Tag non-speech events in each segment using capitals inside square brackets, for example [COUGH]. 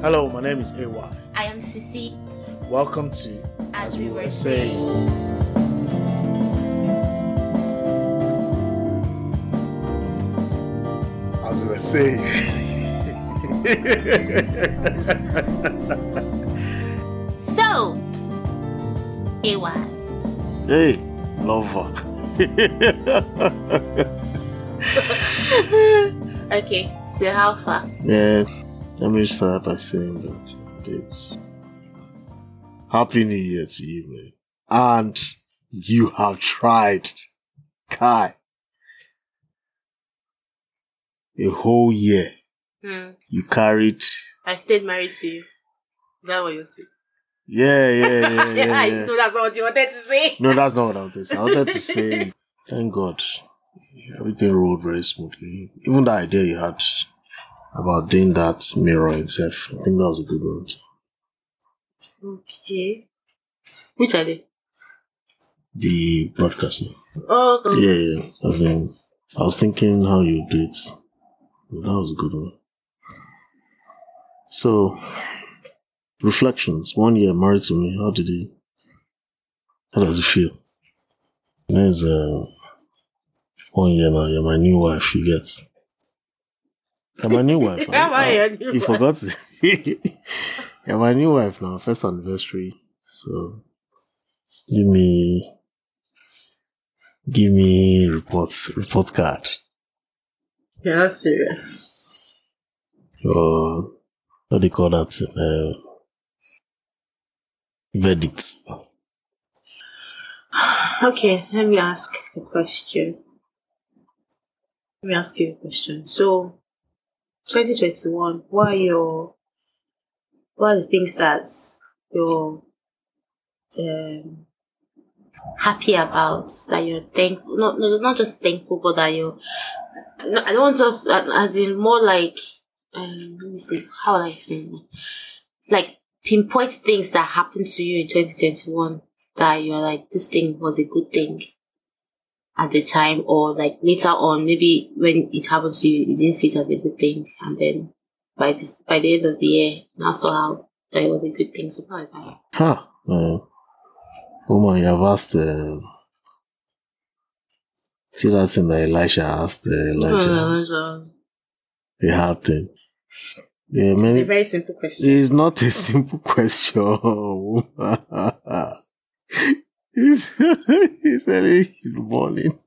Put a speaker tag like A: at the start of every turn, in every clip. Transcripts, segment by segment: A: Hello, my name is Awa.
B: I am Sisi.
A: Welcome to
B: As We Were Saying.
A: As we were saying.
B: So, Awa,
A: hey, lover.
B: [LAUGHS] okay, so how far?
A: yeah, let me start by saying that, babes. Happy New Year to you, man. And you have tried, Kai, a whole year.
B: Hmm,
A: You carried
B: I stayed married to you. Is that what you say?
A: Yeah,
B: [LAUGHS]
A: yeah, yeah, yeah.
B: I
A: yeah.
B: know that's not what you wanted to say.
A: No, that's not what I wanted to say. I wanted to say, thank God, everything rolled very smoothly. Even the idea you had about doing that mirror itself, I think that was a good one.
B: Okay. Which are they?
A: The broadcasting.
B: Oh, okay.
A: Yeah, yeah. I was, in, I was thinking how you do it. That was a good one. So, reflections. One year married to me. How did it? How does it feel? There's uh, one year now. You're my new wife. You get. You're my
B: [LAUGHS]
A: new wife.
B: Yeah, why
A: I- I-
B: your
A: you
B: new wife?
A: forgot. [LAUGHS] you're my new wife now. First anniversary. So, give me give me reports report card
B: You're not serious.
A: or what do you call that uh, verdict
B: [SIGHS] Okay, let me ask a question. Let me ask you a question. So, 2021, what are your, what are the things that you're um, happy about, that you're thankful, not, no, not just thankful, but that you're, no, I don't want us, as in more like, um, let me see, how will I explain it? Like, pinpoint things that happened to you in 2021 that you're like this thing was a good thing at the time or like later on maybe when it happened to you you didn't see it as a good thing and then by this, by the end of the year now saw how that it was a good thing something like that
A: huh uh, woman you Oh have asked uh, see that thing that elisha asked uh,
B: Hmm.
A: elijah the hard thing yeah many
B: very simple question
A: It's not a simple question. [LAUGHS] it's, [LAUGHS] it's early in the morning. [LAUGHS]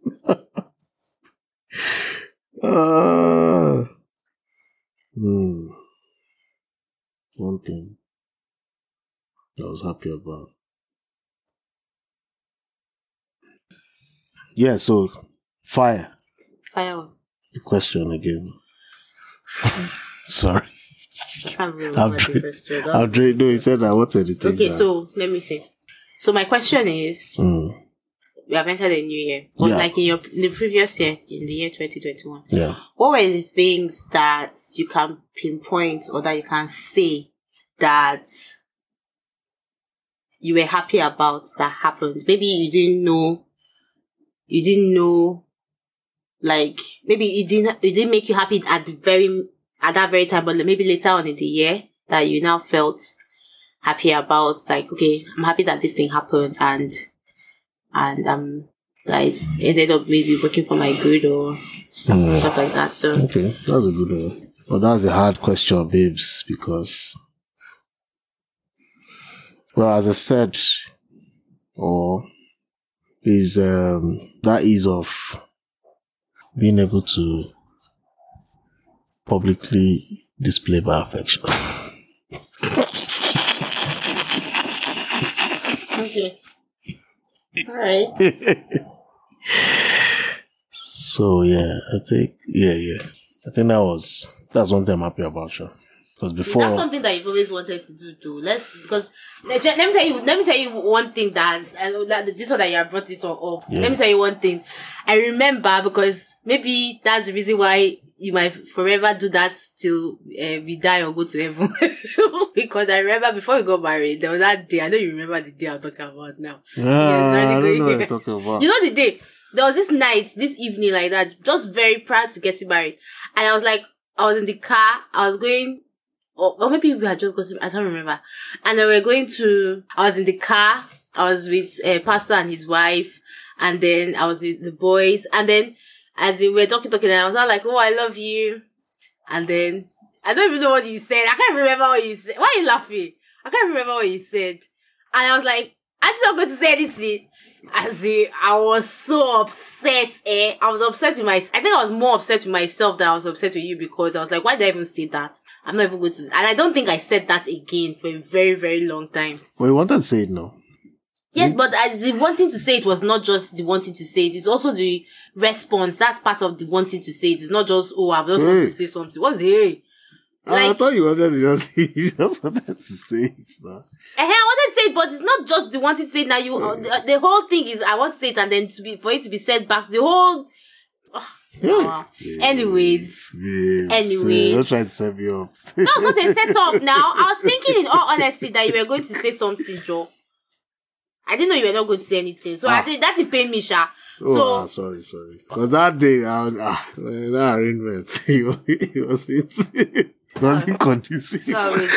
A: Ah. Hmm. One thing I was happy about. Yeah, so fire.
B: fire
A: The question again. [LAUGHS] Sorry.
B: can't remember
A: I'll
B: the
A: drink-
B: question.
A: I'll drink- No, he said I wanted to take
B: okay
A: that.
B: so let me see so my question is
A: Hmm.
B: we have entered a new year
A: Yeah.
B: but like in your in the previous year in the year 2021
A: Yeah.
B: what were the things that you can pinpoint or that you can say that you were happy about that happened? Maybe you didn't know, you didn't know, like maybe it didn't it didn't make you happy at the very at that very time, but maybe later on in the year that you now felt happy about, like okay, I'm happy that this thing happened and and um that it's ended up maybe working for my good or
A: Hmm.
B: stuff like that. So
A: Okay, that's a good one. But that's a hard question, babes, because well, as I said, or is um that ease of being able to publicly display my affection.
B: okay, all right.
A: so yeah, I think yeah, yeah. I think that was that's one thing I'm happy about, sure. Because before
B: That's [LAUGHS] something that you've always wanted to do, though. Let's because let, let me tell you. Let me tell you one thing that, uh, that this one that you have brought this one up.
A: Yeah.
B: Let me tell you one thing. I remember because maybe that's the reason why you might forever do that till uh, we die or go to heaven. [LAUGHS] because I remember before we got married, there was that day. I know you remember the day I'm talking about now.
A: Yeah, Ah,
B: it's already
A: I don't
B: going
A: know what
B: there.
A: you're talking about.
B: You know the day there was this night, this evening like that, just very proud to getting married. And I was like, I was in the car, I was going or, or maybe we had just gotten, I don't remember. And then we we're going to, I was in the car, I was with uh, Pastor and his wife, and then I was with the boys, and then as we were talking, talking, and I was all like, oh, I love you. And then, I don't even know what you said. I can't remember what you said. Why are you laughing? I can't remember what you said. And I was like, I'm just not going to say anything. As in, I was so upset, eh? I was upset with my, I think I was more upset with myself than I was upset with you because I was like, why did I even say that? I'm not even going to, and I don't think I said that again for a very, very long time.
A: Well, you wanted to say it now.
B: Yes, but I, the wanting to say it was not just the wanting to say it. It's also the response. That's part of the wanting to say it. It's not just, oh, I've just wanted to
A: Hey.
B: say something. What's hey?
A: Ah, I- I
B: Like-
A: thought you wanted to just, [LAUGHS] you just wanted to say it now.
B: Eh, I wanted to say it, but it's not just the wanting to say it. Now you, uh, the, the whole thing is, I want to say it and then to be, for it to be said back, the whole,
A: Hmm. Yeah.
B: Wow. anyways.
A: Babes,
B: Anyways.
A: Don't try to set me up.
B: That was not a setup now. I was thinking in all honesty that you were going to say something, Joe. I didn't know you were not going to say anything. So I
A: Ah.
B: think that it pained me, Sha.
A: Oh,
B: so,
A: ah, sorry, sorry. Because that day, I was, ah, man, that arrangement, [LAUGHS] it was, it was, it was inconducive.
B: No, wait.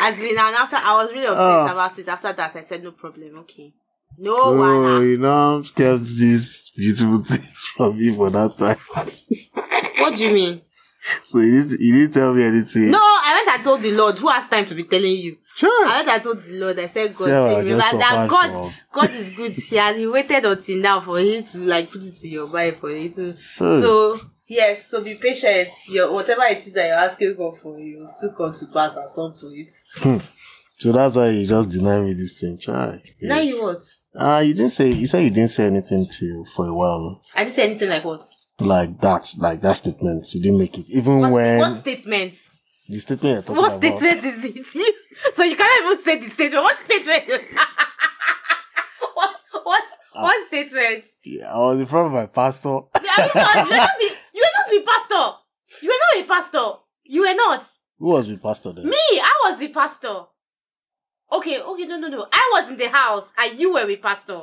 B: As in, and after I was really upset
A: Oh.
B: about it. After that, I said no problem. Okay, no
A: So,
B: one.
A: you know, I've kept these beautiful things [LAUGHS] from me for that time. [LAUGHS]
B: What do you mean?
A: So, he didn't, he didn't tell me anything.
B: No, I went and told the Lord. Who has time to be telling you?
A: Sure.
B: I went and told the Lord. I said, God,
A: Sarah,
B: remember
A: just
B: that
A: suffered
B: God,
A: for-
B: God is good. He has he waited until now for him to like put it in your mind for you to.
A: Hmm.
B: So yes, so be patient. Your whatever it is that you're asking God for, you will still come to pass and some to it.
A: So that's why you just denied me this thing. Try.
B: Now you what?
A: Ah, you didn't say. You said you didn't say anything till for a while.
B: I didn't say anything like what?
A: Like that, like that statement. You didn't make it, even
B: What,
A: when
B: what statements?
A: the statement you're talking
B: What
A: about.
B: statement is it? [LAUGHS] You- so you can't even say the statement. [LAUGHS] What statement? what what
A: Ah.
B: what statement?
A: Yeah, I was in front of my pastor. [LAUGHS]
B: Are you not? You were not, the- you were not the pastor. You were not a pastor. You were not
A: Who was with pastor then?
B: me. I was the pastor. Okay, okay, no, no, no. I was in the house and you were with pastor.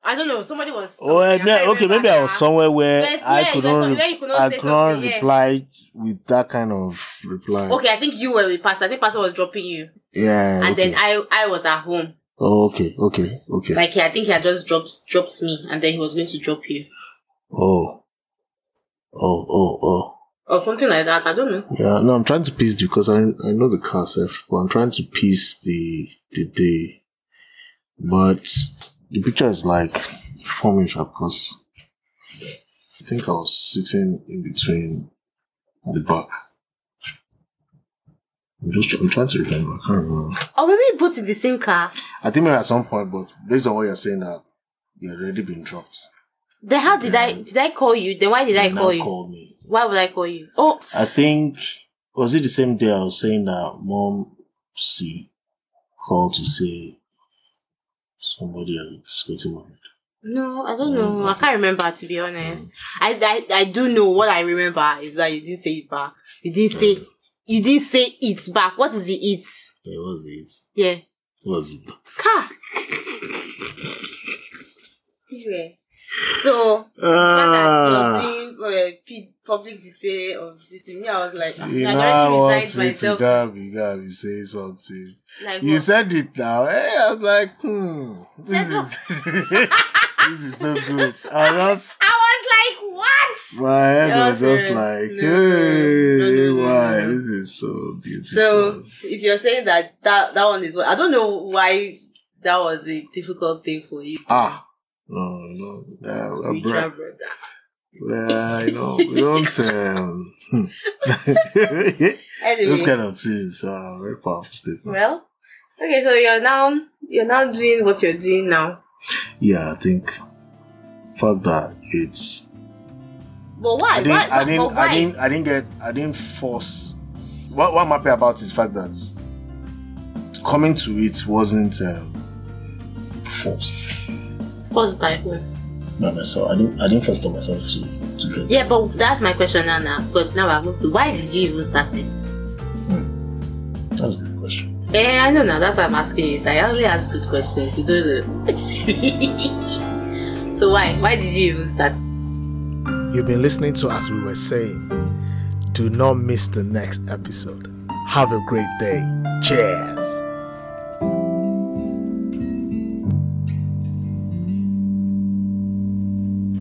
B: I don't know. Somebody was.
A: Oh,
B: something. I
A: eh, me-
B: can't
A: okay,
B: remember
A: maybe I
B: now.
A: was somewhere where
B: Yes,
A: I
B: yeah,
A: could
B: you were
A: not,
B: somewhere
A: re-
B: you could not
A: I
B: say
A: could not
B: something, yeah.
A: reply with that kind of reply.
B: Okay, I think you were with pastor. I think pastor was dropping you,
A: Yeah.
B: and
A: okay.
B: then I I was at home.
A: Oh, okay, okay, okay.
B: Like he, I think he had just dropped dropped me, and then he was going to drop you
A: oh. Oh, oh, oh.
B: or something like that. I don't know.
A: Yeah, no, I'm trying to piece because I I know the car safe, but I'm trying to piece the the day. But the picture is like forming sharp because I think I was sitting in between at the back. I'm just I'm trying to remember. I can't remember.
B: Or maybe he put in the same car.
A: I think maybe at some point, but based on what you're saying, that you had already been dropped.
B: Then how did
A: Mm.
B: I did I call you? Then why did I
A: You
B: call
A: now
B: you?
A: called me.
B: Why would I call you? Oh,
A: I think was it the same day I was saying that mom C called to say somebody is getting married.
B: No, I don't know.
A: Mm.
B: I can't remember to be honest. I, I I do know what I remember is that you didn't say it back. You didn't say you didn't say it back. What is the it?
A: That was it.
B: Yeah.
A: That was it?
B: Car. yeah. So
A: Ah,
B: doing uh, p- public display of this thing. Me, I was like,
A: you
B: I
A: now
B: already
A: want
B: resigned
A: me to
B: myself.
A: damn you gotta be saying something.
B: like,
A: You
B: what?
A: said it now. Hey, I was like, hmm, this
B: That's
A: is [LAUGHS] this is so good. I just
B: I was like, what?
A: my head was
B: That was
A: just
B: it.
A: like,
B: No, no,
A: hey,
B: no, no,
A: why
B: no.
A: this is so beautiful.
B: So if you're saying that that that one is what I don't know why that was a difficult thing for you.
A: Ah. No, no, yeah,
B: Spiritual
A: well,
B: brother.
A: bro, yeah, you
B: [LAUGHS]
A: know, we don't, um,
B: Anyway,
A: those kind of things are very powerful statement.
B: well, okay. So you're now you're now doing what you're doing now.
A: Yeah, I think fact that it's,
B: But why?
A: I didn't,
B: why?
A: I didn't,
B: but why?
A: I didn't, I didn't get, I didn't force. What, what I'm happy about is the fact that coming to it wasn't um, forced
B: Forced by whom?
A: by myself. I didn't, I didn't force to myself to, to get.
B: Yeah, but that's my question now. Now, because now I want to. Why did you even start it?
A: That's a good question.
B: Eh, I know now. That's why I'm asking it. I only ask good questions. You don't know. [LAUGHS] so why? Why did you even start?
C: You've been listening to As We Were Saying. Do not miss the next episode.
A: Have a great day. Cheers.